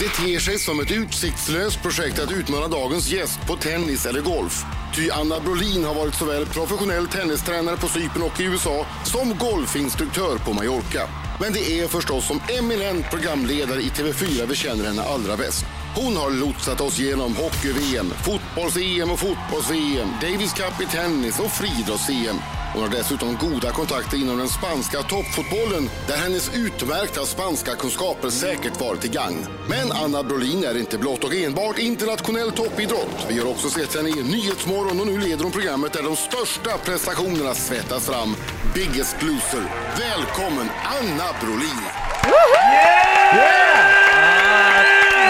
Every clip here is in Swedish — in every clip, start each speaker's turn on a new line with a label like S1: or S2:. S1: Det ter sig som ett utsiktslöst projekt att utmana dagens gäst på tennis eller golf. Ty Anna Brolin har varit såväl professionell tennistränare på Cypern och i USA som golfinstruktör på Mallorca. Men det är förstås som eminent programledare i TV4 vi känner henne allra bäst. Hon har lotsat oss genom hockey-VM, fotbolls-EM och fotbolls-VM, Davis Cup i tennis och friidrotts-EM. Hon har dessutom goda kontakter inom den spanska toppfotbollen där hennes utmärkta spanska kunskaper säkert varit till gagn. Men Anna Brolin är inte blott och enbart internationell toppidrott. Vi har också sett henne i Nyhetsmorgon och nu leder hon programmet där de största prestationerna svettas fram. Biggest Loser. Välkommen Anna Brolin!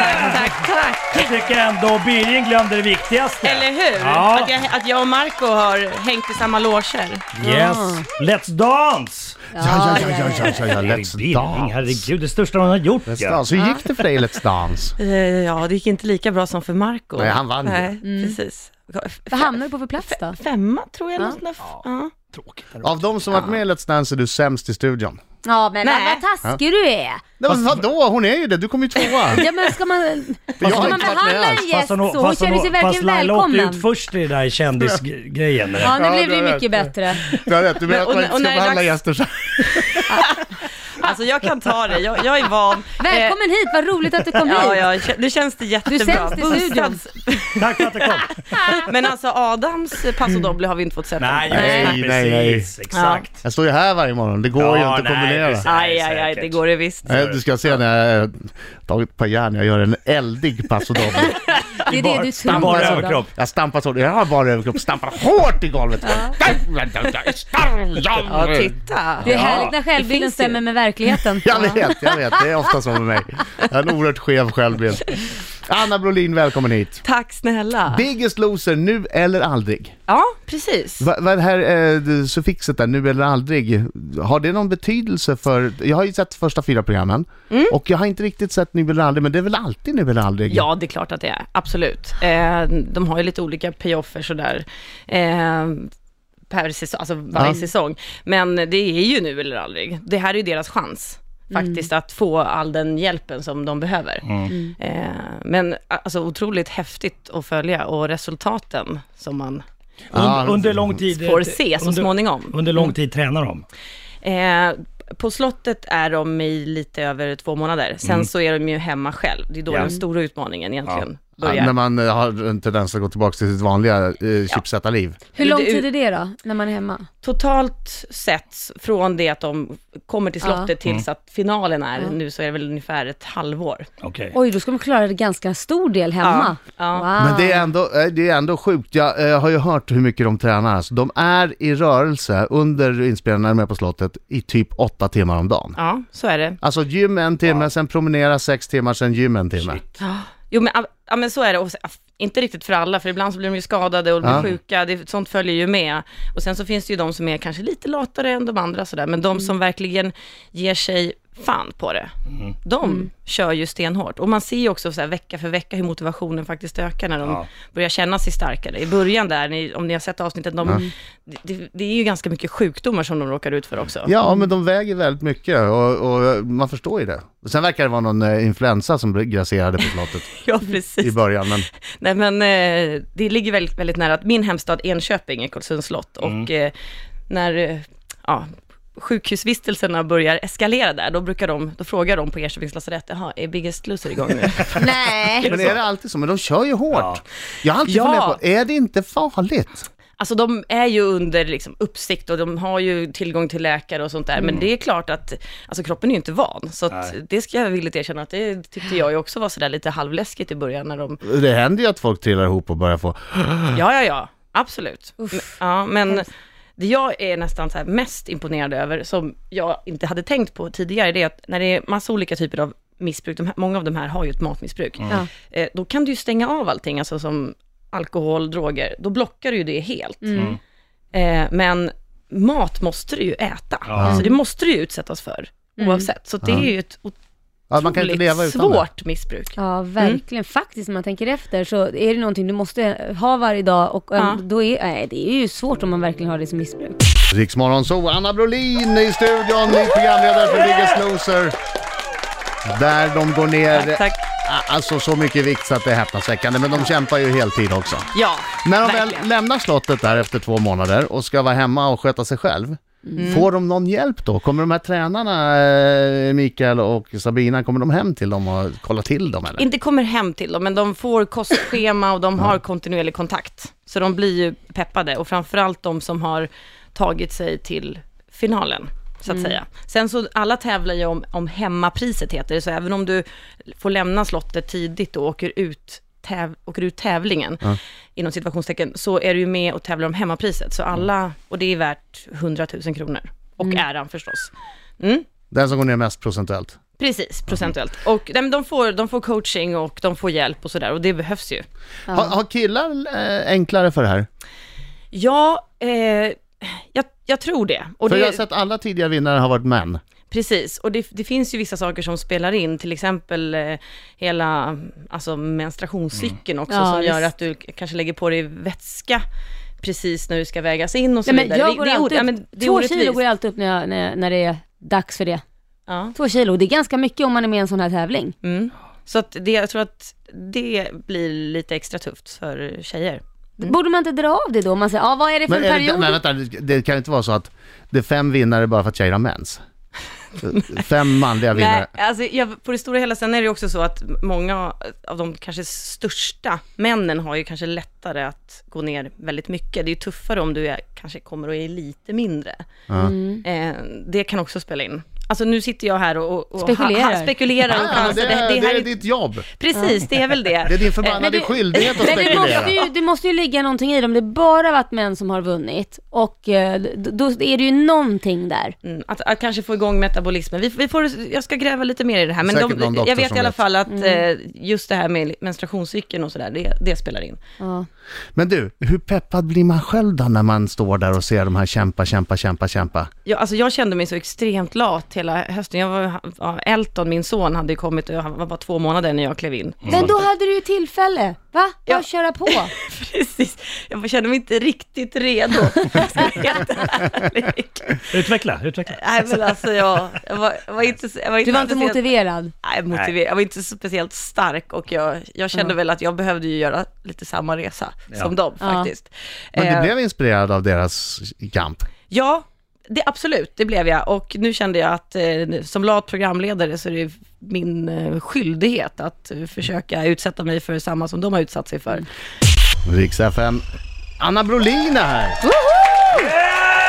S2: Tack, tack, tack.
S3: Jag tycker ändå Birgit glömde det viktigaste.
S2: Eller hur?
S3: Ja.
S2: Att, jag, att jag och Marco har hängt i samma loger.
S3: Yes. Let's dance!
S4: Ja, ja, ja, ja, ja, ja, ja. Let's
S3: Birgit,
S4: dance.
S3: Herregud, det största hon har gjort
S4: Let's
S3: ja.
S4: dance. Hur gick det för dig i Let's dance?
S2: Eh, Ja, det gick inte lika bra som för Marco.
S4: Nej, han vann ju.
S2: Nej, precis.
S5: Vad hamnade du på för plats då?
S2: Femma tror jag. något sånt där. Ja.
S4: Av de som varit med i Let's dance är du sämst i studion.
S5: Ja men vad-
S2: Nej.
S5: vad taskig du är!
S4: Nej, men vadå? Hon är ju det. Du kom ju tvåa.
S5: Ja men ska man,
S4: jag
S5: ska
S4: har
S5: man
S4: inte varit med
S5: behandla
S4: alls.
S5: en gäst så? Hon känner sig
S3: fast
S5: verkligen
S3: Laila åkte
S5: välkommen.
S3: ut först i det där kändisgrejen. med det.
S5: Ja nu
S4: Ja,
S5: blev
S4: du
S5: det
S4: har
S5: mycket bättre.
S4: Du har rätt. Du menar att
S2: Men- och-
S4: man inte
S2: och
S4: ska
S2: när det är
S4: behandla
S2: dags-
S4: gäster så
S2: Alltså jag kan ta det, jag, jag är van. Eh,
S5: Välkommen hit, vad roligt att du kom
S2: Ja,
S5: hit.
S2: ja, nu känns det jättebra.
S5: sämst i studion.
S2: Bussas-
S3: Tack för att du kom.
S2: Men alltså Adams Paso Doble har vi inte fått sett.
S3: Nej,
S2: än.
S4: Nej,
S3: precis,
S4: nej, nej.
S3: Exakt.
S4: Jag står ju här varje morgon. Det går
S3: Ja,
S4: ju inte att
S3: nej,
S4: kombinera.
S3: precis.
S2: Aj, aj, aj, det
S3: Säkert.
S2: går det visst.
S4: Nej, du ska se när jag eh, tagit ett par järn, jag gör en eldig passodoble.
S5: Det är det du tror. alltså.
S3: Bara
S5: Adam.
S3: överkropp.
S4: Jag stampar så, jag har bara överkropp, stampar hårt i golvet.
S2: Ja, titta.
S5: Det är härligt när självbilden
S2: finns ju.
S5: stämmer med verkligheten.
S4: Jag vet, jag vet, det är ofta så med mig. Jag har en oerhört skev självbild. Anna Brolin, välkommen hit.
S2: Tack snälla.
S4: Biggest loser, nu eller aldrig?
S2: Ja, precis.
S4: Va- Vad är det här eh, det suffixet där, nu eller aldrig? Har det någon betydelse för... Jag har ju sett första fyra programmen
S3: Mm.
S4: och jag har inte riktigt sett nu eller aldrig, men det är väl alltid nu eller aldrig?
S2: Ja, det är klart att det är. Absolut. Eh, de har ju lite olika payoffer sådär. Eh, per säsong, alltså varje
S4: Ja.
S2: säsong. Men det är ju nu eller aldrig. Det här är ju deras chans.
S4: Mm.
S2: Faktiskt att få all den hjälpen som de behöver. Eh, men alltså otroligt häftigt att följa och resultaten som man
S4: Ja,
S3: Un, under lång tid...
S2: får se så
S3: under,
S2: småningom.
S3: Under lång tid tränar de.
S2: Eh, på slottet är de i lite över två månader. Sen
S4: Mm.
S2: så är de ju hemma själv. Det är då
S3: Ja.
S2: den stora utmaningen egentligen
S4: Ja, när
S2: börjar.
S4: man eh, har en tendens att gå tillbaka till sitt vanliga eh, chipsätarliv.
S5: Hur lång
S2: Det är-
S5: tid är det då, när man är hemma?
S2: Totalt sett, från det att de kommer till slottet tills att finalen är, nu så är det väl ungefär ett halvår.
S3: Okej.
S5: Oj, då ska man klara en ganska stor del hemma.
S2: Ja, ja.
S3: Ah.
S5: Wow.
S4: Men det är, ändå, eh, det är ändå sjukt. Jag eh, har ju hört hur mycket de tränar. Alltså, de är i rörelse under inspelningarna med På slottet i typ åtta timmar om dagen.
S2: Ja, så är det.
S4: Alltså gym en timme, sen promenera sex timmar, sen gym en timme.
S2: Jo men, ja, men så är det, och, så- inte riktigt för alla, för ibland så blir de ju skadade och blir
S4: Ja.
S2: sjuka, det, sånt följer ju med. Och sen så finns det ju de som är kanske lite latare än de andra sådär, men de som verkligen ger sig fan på det,
S4: Mm.
S2: de kör ju stenhårt. Och man ser ju också så här, vecka för vecka hur motivationen faktiskt ökar när de
S3: Ja.
S2: börjar känna sig starkare. I början där, ni, om ni har sett avsnittet, de, det- det, det är ju ganska mycket sjukdomar som de råkar ut för också.
S4: Ja, men de väger väldigt mycket och, och man förstår ju det. Sen verkar det vara någon eh, influensa som grasserade på slottet
S2: Ja,
S4: i
S2: precis.
S4: början. Men
S2: Nej men eh, det ligger väldigt, väldigt nära att min hemstad Enköping är Karlsunds slott och eh, när eh, ja, sjukhusvistelserna börjar eskalera där, då, brukar de, då frågar de på Enköpings lasarett, jaha, är Biggest Loser igång nu?
S5: Nej.
S4: men är det alltid så? Men de kör ju
S3: Ja.
S4: hårt. Jag har alltid
S2: Ja.
S4: funderat på, är det inte farligt?
S2: alltså de är ju under liksom, uppsikt och de har ju tillgång till läkare och sånt där, men det är klart att alltså, kroppen är ju inte van, så att,
S3: Nej.
S2: det ska jag villigt erkänna att det tyckte jag ju också var sådär lite halvläskigt i början när de,
S4: Det händer ju att folk trillar ihop och börjar få...
S2: ja ja ja, absolut. Men, ja, men Det jag är nästan så här mest imponerad över, som jag inte hade tänkt på tidigare, det är att när det är massa olika typer av missbruk, de här, många av de här har ju ett matmissbruk,
S4: Mm.
S5: Ja.
S2: eh, då kan du ju stänga av allting, alltså som alkohol, droger, då blockar du ju det helt.
S4: Mm.
S2: Eh, men mat måste du ju äta,
S3: Ja.
S2: så det måste du ju utsättas för, oavsett. Så det är ju ett otroligt
S4: Ja, man kan inte leva utan det.
S2: svårt missbruk.
S5: Ja, verkligen. Faktiskt, om man tänker efter så är det någonting du måste ha varje dag och
S2: Ja.
S5: äm, då är, nej, det är ju svårt om man verkligen har det som missbruk.
S4: Riksmorgon så Anna Brolin i studion, ny programledare för Biggest Loser. Där de går ner,
S2: Tack, tack.
S4: a- alltså så mycket vikt så att det är häpnadsväckande. Men de kämpar ju heltid också.
S2: Ja,
S4: När de
S2: verkligen.
S4: väl lämnar slottet där efter två månader och ska vara hemma och sköta sig själv,
S2: Mm.
S4: får de någon hjälp då? Kommer de här tränarna, eh, Mikael och Sabina, kommer de hem till dem och kollar till dem eller?
S2: Inte kommer hem till dem, men de får kostschema och de har kontinuerlig kontakt. Så de blir ju peppade och framförallt de som har tagit sig till finalen. Så att säga. Sen så alla tävlar ju om, om hemmapriset heter det, så även om du får lämna slottet tidigt och åker ut, täv, åker ut tävlingen, inom situationstecken, så är du ju med och tävlar om hemmapriset. Så alla, och det är värt 100 000 kronor. Och äran förstås. Mm.
S4: Den som går ner mest procentuellt.
S2: Precis, procentuellt. Och nej, men de, får, de får coaching och de får hjälp och sådär och det behövs ju.
S4: Har, har killar eh, enklare för det här?
S2: Ja, eh, jag, jag tror det. Och
S4: För
S2: det
S4: jag har sett alla tidigare vinnare har varit män.
S2: Precis, och det, det finns ju vissa saker som spelar in, till exempel eh, hela alltså, menstruationscykeln också
S5: Ja,
S2: som gör
S5: visst.
S2: att du k- kanske lägger på dig vätska precis när du ska vägas in och så
S5: Nej, men
S2: vidare.
S5: jag
S2: Det-
S5: går
S2: det är o-
S5: alltid
S2: ja,
S5: upp,
S2: men det är
S5: två
S2: orättvist.
S5: kilo går jag alltid upp när, jag, när, när det är dags för det.
S2: Ja.
S5: Två kilo, det är ganska mycket om man är med i en sån här tävling.
S2: Mm. Så att det, jag tror att det blir lite extra tufft för tjejer.
S5: Borde man inte dra av det då? Om Man säger, ah, vad är det för
S4: Men,
S5: en
S4: är det,
S5: period?
S4: men vänta, det kan inte vara så att det är fem vinnare bara för att tjejer har mens? fem manliga vinnare.
S2: Nej, alltså, jag, på det stora hela sen är det ju också så att många av de kanske största männen har ju kanske lättare att gå ner väldigt mycket. Det är ju tuffare om du är, kanske kommer och är lite mindre. Eh, det kan också spela in. Alltså nu sitter jag här och, och
S5: Spekulerar.
S2: Ha, ha, spekulerar och
S4: Ah,
S2: chansar. Alltså,
S4: det,
S2: Det- det här
S4: är- det
S2: är
S4: är
S2: ju-
S4: ditt jobb.
S2: Precis, det är väl det.
S4: Det är din
S2: Eh,
S4: förbannade skyldighet att
S5: Men det måste,
S4: spekulera.
S5: ju, det måste ju ligga någonting i det. Om det bara varit män som har vunnit och eh, d- då är det ju någonting där.
S2: Mm, att, att kanske få igång metabolismen. Vi, vi får, jag ska gräva lite mer i det här, men
S4: Säkert någon
S2: de,
S4: doktor
S2: jag vet
S4: som
S2: i alla
S4: vet.
S2: fall att eh, just det här med menstruationscykeln och sådär, det, det spelar in.
S5: Ja.
S4: Men du, hur peppad blir man själv då när man står där och ser de här kämpa, kämpa, kämpa, kämpa?
S2: Jag, alltså jag kände mig så extremt lat hela hösten. Jag var, ja, Elton, min son, hade ju kommit och han var bara två månader när jag klev in.
S4: Mm.
S5: Men då hade du ju tillfälle, va? Bara
S2: Ja.
S5: köra på.
S2: Precis, jag bara kände mig inte riktigt redo. Jag ska vara helt ärlig.
S3: Utveckla, utveckla.
S2: Nej men alltså jag, jag, var, jag var inte... så- Jag var inte
S5: Du var inte
S2: speciellt-
S5: motiverad.
S2: Nej, motiverad. Jag var inte speciellt stark och jag, jag kände väl att jag behövde ju göra lite samma resa som dem
S5: Ja.
S2: faktiskt.
S4: Men du
S2: Eh,
S4: blev inspirerad av deras kamp?
S2: Ja, det, absolut, det blev jag. Och nu kände jag att eh, som lat programledare så är det min eh, skyldighet att eh, försöka utsätta mig för samma som de har utsatt sig för.
S4: Riks FM. Anna Brolin är här!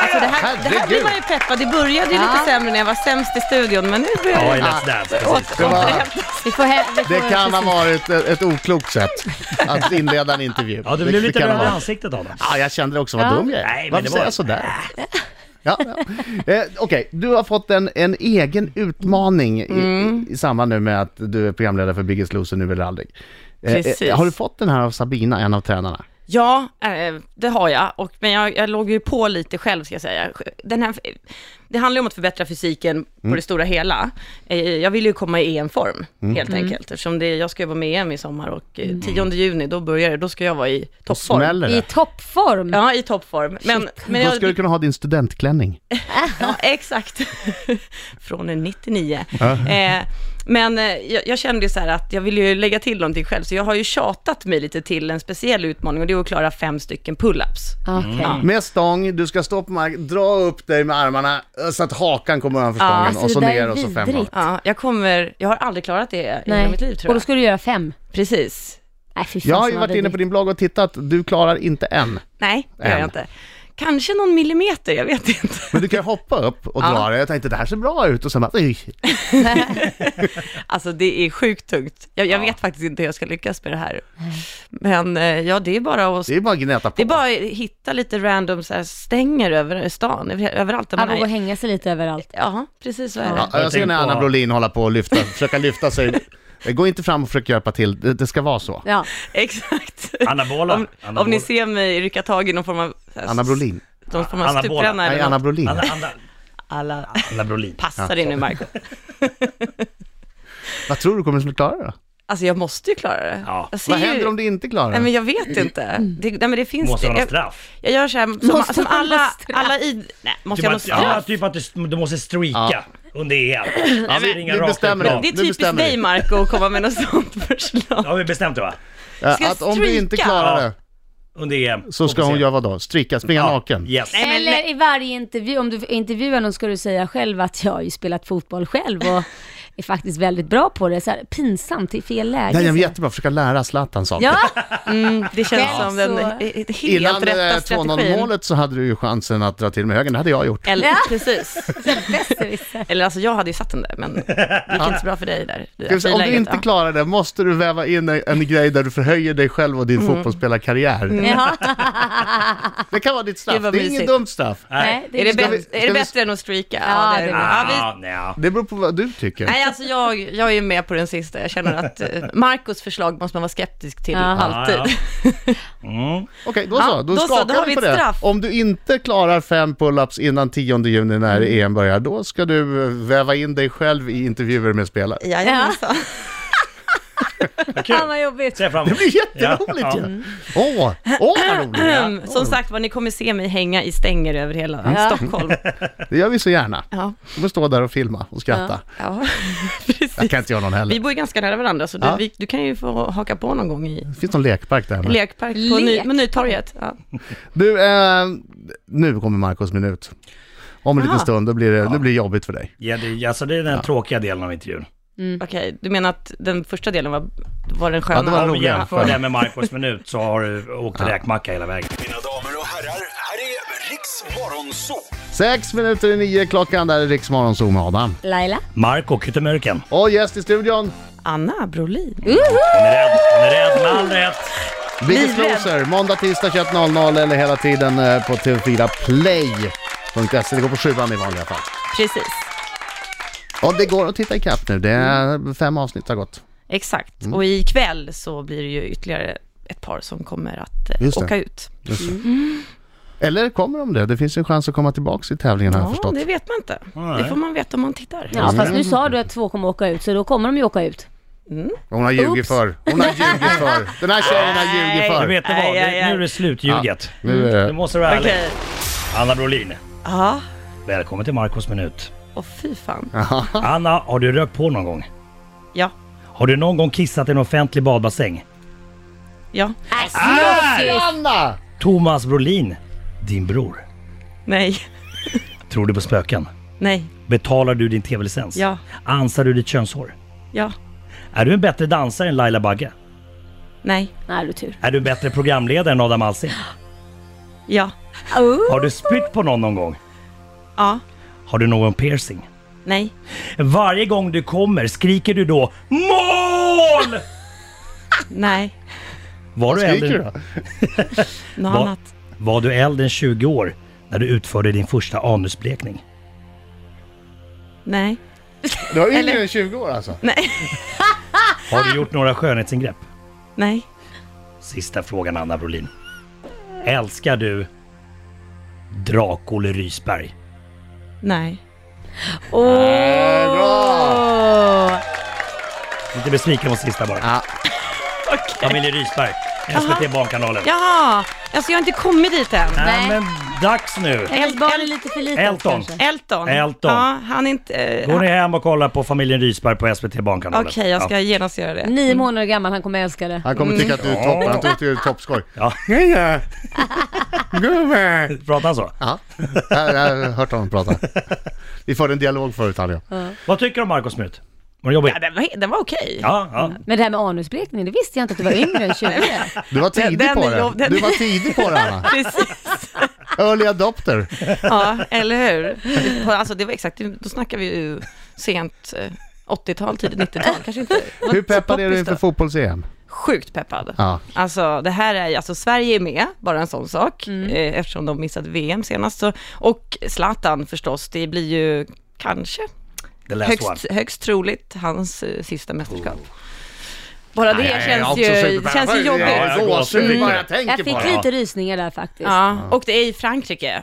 S2: Alltså det, här, det här
S4: Herregud.
S2: blir man ju peppad. Det började ju
S5: Ja.
S2: lite sämre när jag var sämst i studion, men nu börjar
S3: Ja, i
S2: jag
S3: Let's Dance. precis.
S2: åt-
S4: Det var-
S2: återhämta
S5: Vi får he- vi får
S4: Det kan ha varit ett, ett oklokt sätt att inleda en intervju.
S3: Ja, du blev lite
S4: kan ha
S3: röd i
S4: varit.
S3: ansiktet av det.
S4: Ja, jag kände också vad
S5: Ja.
S4: dum jag är.
S3: Nej, men
S4: Varför
S3: det var-
S4: säger jag sådär? Ja, ja. Eh, Okej, du har fått en, en egen utmaning i,
S2: Mm.
S4: i, i samband nu med att du är programledare för Biggest Loser nu eller aldrig. Eh,
S2: Precis.
S4: eh, har du fått den här av Sabina, en av tränarna?
S2: Ja, eh, det har jag. Och, men jag, jag låg ju på lite själv, ska jag säga. Den här, det handlar ju om att förbättra fysiken på
S4: Mm.
S2: det stora hela. Eh, Jag vill ju komma i EM-form, helt
S4: Mm.
S2: enkelt. Eftersom det, jag ska jobba med EM i sommar och eh, 10 juni, då börjar det. Då ska jag vara i toppform.
S4: Smäller
S5: I
S4: det?
S5: toppform.
S2: Ja, i toppform. Men, men
S4: Då skulle du
S2: jag,
S4: kunna ha din studentklänning.
S2: ja, exakt. Från en 99. Eh, men eh, jag, jag kände ju så här att jag ville ju lägga till någonting själv, så jag har ju tjatat mig lite till en speciell utmaning och det är att klara fem stycken pull-ups.
S5: Okej.
S4: Med stång, du ska stå på mark, dra upp dig med armarna eh, så att hakan kommer ovanför
S2: Ja,
S4: stången
S5: alltså
S4: och så
S5: det där är
S4: ner och så fem
S5: vidrigt.
S2: Ja, jag kommer, jag har aldrig klarat det i hela mitt liv
S5: Och
S2: tror
S5: då
S2: jag.
S5: ska du göra fem.
S2: Precis.
S5: Nej, fy fan,
S4: Jag har ju
S5: såna
S4: varit inne på
S5: vidrigt.
S4: din blogg och tittat, du klarar inte en.
S2: Nej, det gör
S4: Än.
S2: jag inte. Kanske någon millimeter, jag vet inte.
S4: Men du kan ju hoppa upp och dra
S2: Ja.
S4: det. Jag tänkte det här ser bra ut och sen bara, "Oj."
S2: Alltså det är sjukt tungt. Jag, jag vet faktiskt inte hur jag ska lyckas med det här. Men eh, ja, det är bara att...
S4: det är bara att gneta på.
S2: Det är bara att hitta lite random så här, stänger över stan, över- överallt där
S5: Ja,
S2: man
S5: man går och
S2: är.
S5: hänga sig lite överallt.
S2: Ja, precis så är det.
S4: Ja, jag ser när
S3: tänker på-
S4: Anna Brolin hålla på och lyfta, försöka lyfta sig. Gå inte fram och försök hjälpa till, det, det ska vara så.
S5: Ja.
S2: Exakt.
S3: Anabola.
S2: Om, om
S3: Anabola.
S2: ni ser mig rycka tag i någon form av... så här,
S4: Anna Brolin.
S2: Någon form av
S3: Anabola.
S2: stupränna
S4: Nej,
S2: eller
S4: Anna
S2: något.
S4: Brolin.
S3: Anna, Anna,
S2: Alla
S3: Anna Brolin.
S2: passar in nu, Marco.
S4: Vad tror du kommer du klara då?
S2: Alltså jag måste ju klara det.
S3: Ja.
S2: Jag ser
S4: Vad
S2: ju-
S4: händer om du inte
S2: Nej
S4: klarar
S2: men
S4: det?
S2: jag vet inte. Det, nej men det finns...
S3: Måste
S2: det,
S3: ha
S2: jag,
S3: straff.
S2: jag gör så här, som,
S5: Måste
S2: som
S5: man ha
S2: alla,
S5: straff?
S2: alla i... Nej, måste
S3: Typ
S2: jag ha något
S3: att, ja,
S2: straff?
S3: typ att du, du måste streaka.
S4: Ja.
S3: Hon det är allt.
S4: Ja,
S3: Det är
S4: vi,
S3: inga
S4: vi
S3: raka
S4: bestämmer
S3: krav.
S4: det.
S2: Det är
S4: Nu
S2: typiskt
S4: bestämmer
S2: dig
S4: vi.
S2: Marco att komma med något sånt förslag.
S3: Har vi bestämt det va?
S4: Eh,
S2: Ska
S4: Att om du inte
S2: stryka?
S4: klarar
S3: Ja.
S4: det
S3: Under E EM.
S4: så ska
S3: Hoppas
S4: hon
S3: jag.
S4: göra vadå? Stricka, springa naken?
S3: Yes.
S2: Nej, men
S5: Eller i varje intervju, om du intervjuar någon ska du säga själv att jag har ju spelat fotboll själv och är faktiskt väldigt bra på det. Så här, pinsamt i fel läge.
S4: Nej, jag
S5: så.
S4: är jättebra. Försöka lära Zlatan saker.
S5: Ja,
S2: Mm, det känns
S5: Ja.
S2: som den
S5: Så-
S2: eh, eh, helt
S4: Innan eh,
S2: rätta strategin.
S4: 2-0-målet så hade du ju chansen att dra till med högern. Det hade jag gjort.
S2: Eller,
S5: Ja.
S2: precis.
S5: besserwisser.
S2: Eller alltså jag hade ju satt den där, men det gick inte så bra för dig där. i
S4: Ska vi säga, Om du
S2: friläget,
S4: inte
S2: ja.
S4: klarar det, måste du väva in en, en grej där du förhöjer dig själv och din
S2: Mm.
S4: fotbollsspelarkarriär.
S5: Ja.
S4: Det kan vara ditt straff.
S2: Gud,
S4: Det,
S2: vad
S4: är inget
S2: mysigt.
S4: dumt straff. Äh,
S5: Nej, det
S2: Är
S5: är
S2: det,
S5: inte-
S4: Ska vi-
S2: bäst-
S4: ska
S2: är det
S4: vi-
S2: bättre än att streaka?
S5: Ja, det är bra.
S2: Ja, vi,
S3: Ah, nja.
S4: Det beror på vad du tycker.
S2: Nej, alltså jag, jag är ju med på den sista. Jag känner att eh, Marcos förslag måste man vara skeptisk till
S5: Ja.
S2: alltid.
S3: Ja, Mm.
S4: Okej, då
S2: Ja,
S4: så. Då,
S2: då så,
S4: skakar
S2: då har
S4: vi
S2: vi
S4: på
S2: ett
S4: det.
S2: straff.
S4: Om du inte klarar fem pull-ups innan 10 juni när
S2: Mm.
S4: EM börjar, då ska du eh, väva in dig själv i intervjuer med spelare.
S2: Jajamensan.
S5: Fan vad jobbigt.
S3: Se fram
S4: Det blir jätteroligt
S3: Ja.
S4: ju! Åh, åh vad roligt!
S2: Ehm, Mm. Som sagt var, ni kommer se mig hänga i stänger över hela Stockholm.
S4: Det gör vi så gärna.
S2: Ja.
S4: Du kommer stå där och filma och skratta.
S2: Ja,
S4: Jag
S2: precis.
S4: kan inte göra någon heller.
S2: Vi bor ju ganska nära varandra, så
S4: Ja. Mm.
S2: du, vi, du kan ju få haka på någon gång i
S4: Det finns någon lekpark där. Med.
S2: lekpark på ny,
S5: Lekpark?
S2: med Nytorget. Ja.
S4: Du, eh, nu kommer Marcos minut. Om en liten
S2: Aha.
S4: stund, då blir det, det blir jobbigt för dig.
S3: Ja, det, alltså det är den tråkiga delen av intervjun.
S2: Okej, du menar att den första delen var, var den sköna?
S4: Ja, det var den
S3: Om vi
S4: roliga.
S3: jämför det med Marcos minut så har du åkt räkmacka hela vägen.
S6: Mina damer och herrar, här är Riks Morgonzoo!
S4: Sex minuter i nio klockan, där är Rix Morgonzoo med Adam.
S5: Laila?
S3: Marco Kyttemyrken.
S4: Och gäst i studion,
S2: Anna Brolin.
S3: Hon är rädd, hon är rädd med all rätt.
S4: Biggest Loser, måndag, tisdag 21.00 eller hela tiden eh, på TV4 Play.se. Det går på sjuan i vanliga fall.
S2: Precis,
S4: Och det går att titta ikapp nu, det
S2: Mm.
S4: är fem avsnitt har gått.
S2: exakt.
S4: Mm.
S2: Och ikväll så blir det ju ytterligare ett par som kommer att eh,
S4: Just det.
S2: åka ut. Mm.
S4: Eller kommer de det? Det finns ju en chans att komma tillbaka i tävlingen har jag
S2: Ja,
S4: förstått.
S2: det vet man inte.
S3: Nej.
S2: Det får man veta om man tittar.
S5: Ja, fast
S4: Mm.
S5: nu sa du att två kommer åka ut, så då kommer de ju åka ut.
S4: Hon har ljugit
S5: Oops.
S4: för. Hon har ljugit för. Den här tjejen har ljugit
S3: Du
S4: för.
S3: vet du vad,
S2: Aj, aj,
S3: det,
S2: aj.
S3: nu är det slutljuget.
S4: Nu,
S3: Du
S4: eh,
S3: måste vara ärlig.
S2: Okej.
S3: Anna Brolin,
S2: Ja,
S3: välkommen till Marcos minut.
S2: och fy fan.
S3: Anna, har du rökt på någon gång?
S2: Ja,
S3: Har du någon gång kissat i en offentlig badbassäng?
S2: ja,
S4: Anna!
S3: Thomas Brolin, din bror.
S2: nej,
S3: Tror du på spöken?
S2: nej,
S3: Betalar du din tv-licens?
S2: Ja.
S3: Ansar du ditt könshår?
S2: ja,
S3: Är du en bättre dansare än Laila Bagge?
S2: nej,
S5: Nej, du tur.
S3: Är du en bättre programledare än Adam Alsing?
S2: ja, Oh.
S3: Har du spytt på någon någon gång?
S2: ja,
S3: Har du någon piercing?
S2: nej,
S3: Varje gång du kommer skriker du då MÅL!
S2: nej,
S3: Var
S4: Vad
S3: du,
S4: skriker du
S3: äldre,
S4: då?
S2: något
S3: Va-
S2: annat.
S3: var du äldre än 20 år när du utförde din första anusblekning?
S2: Nej,
S4: Du var yngre
S2: Eller-
S4: än 20 år alltså.
S2: nej,
S3: Har du gjort några skönhetsingrepp?
S2: nej,
S3: Sista frågan Anna Brolin. Älskar du Drak-Olle Rysberg?
S2: nej.
S4: Eh, Bra!
S3: Inte besviken på sista bara.
S4: Ja.
S3: Familjen Rysberg, SVT Barnkanalen.
S2: Jaha, alltså jag har inte kommit dit än.
S3: Nej
S5: Nej.
S3: men dags nu!
S5: Hennes barn är lite för litet
S3: Elton.
S5: kanske.
S2: Elton.
S3: Elton.
S2: Ja, han är inte... Eh,
S3: Går ni
S2: han-
S3: hem och kollar på familjen Rysberg på SVT Barnkanalen?
S2: Okej, jag ska
S3: Ja.
S2: genast göra det.
S5: Nio månader gammal, han kommer älska det.
S4: Han kommer tycka att du är toppen, han tyckte du är toppskoj.
S3: Mm. Ja.
S4: Heja! Gubbe!
S3: Pratar han så?
S4: Ja, jag jag har hört honom prata. Vi förde en dialog förut han och jag.
S3: Vad tycker du om Marcos minut? Var det jobbigt?
S2: Ja, den var, den var okej.
S3: Ja, ja.
S5: Men det här med anusblekningen, det visste jag inte att du var yngre än 20.
S4: Du var tidig
S2: den
S4: på
S2: är
S4: det.
S2: jobb- den-
S4: Du var tidig på det Anna.
S2: Precis.
S4: Early adopter.
S2: Ja, eller hur? På- Alltså det var exakt, då snackar vi ju sent eh, 80-tal, tidigt 90-tal kanske inte. Det var
S4: Hur
S2: inte så
S4: peppad är du
S2: poppis
S4: inför
S2: då.
S4: fotbolls-EM?
S2: Sjukt peppad.
S4: Ja.
S2: Alltså det här är ju- alltså Sverige är med, bara en sån sak, eh, eftersom de missade VM senast. Så, och Zlatan förstås, det blir ju kanske
S3: The last one.
S2: högst, högst troligt hans eh, sista mästerskap. Bara det
S4: Oh. Nej, jag är
S2: känns,
S4: också
S2: ju,
S4: superpeppad.
S2: känns ju
S4: Jag
S2: jobbigt.
S4: är
S3: alltså Ja, jag
S4: gåshud
S3: går också.
S4: bara jag tänker
S5: Jag
S4: på
S5: fick
S4: det.
S5: lite rysningar där faktiskt.
S2: Ja, och det är i Frankrike,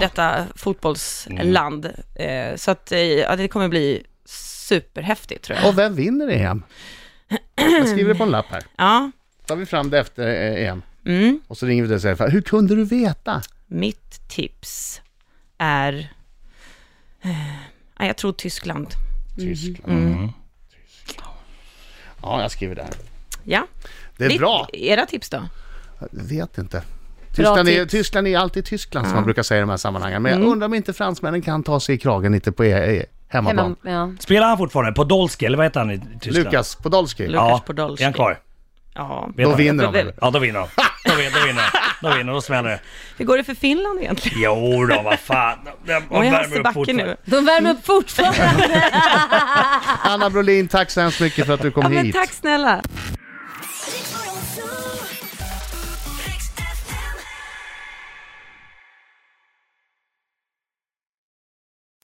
S2: detta fotbollsland. Eh, Så att eh, ja, det kommer bli superhäftigt tror jag.
S4: Och vem vinner EM? Jag skriver det på en lapp här.
S2: Ja,
S4: tar vi fram det efter eh, EM.
S2: mm. Mhm.
S4: Och så ringer vi dig och säger, hur kunde du veta?
S2: mitt tips är eh, Nej, jag tror Tyskland.
S4: Tyskland. Ja, jag skriver där.
S2: Ja.
S4: Det är
S2: Ditt-
S4: bra.
S2: Era tips då?
S4: Jag vet inte. Tyskland är,
S5: tips.
S4: Tyskland är alltid Tyskland som man brukar säga i de här sammanhangen. Men jag undrar om inte fransmännen kan ta sig i kragen lite på E- er, er, hemmaplan.
S5: Hemma, ja.
S3: Spelar han fortfarande? Podolski, eller vad heter han i Tyskland?
S4: Lukas Podolski.
S2: Lu- Lukas Podolski.
S3: Är han kvar?
S2: Ja.
S3: Vet
S4: Då
S3: han?
S4: vinner de.
S2: Vem-
S4: väl?
S3: Ja, då vinner de. Då vinner, då vinner de. Då vinner de, då smäller det.
S2: Hur går det för Finland egentligen?
S3: Jo då, vad fan. De- De, de
S2: Oj, jag
S3: värmer
S2: har
S3: upp
S2: backe
S3: fortfarande.
S2: nu.
S5: De värmer upp fortfarande.
S4: Anna Brolin, tack så hemskt mycket för att du kom
S2: Ja, men
S4: hit.
S2: tack snälla.
S7: Riks Morgonzoo.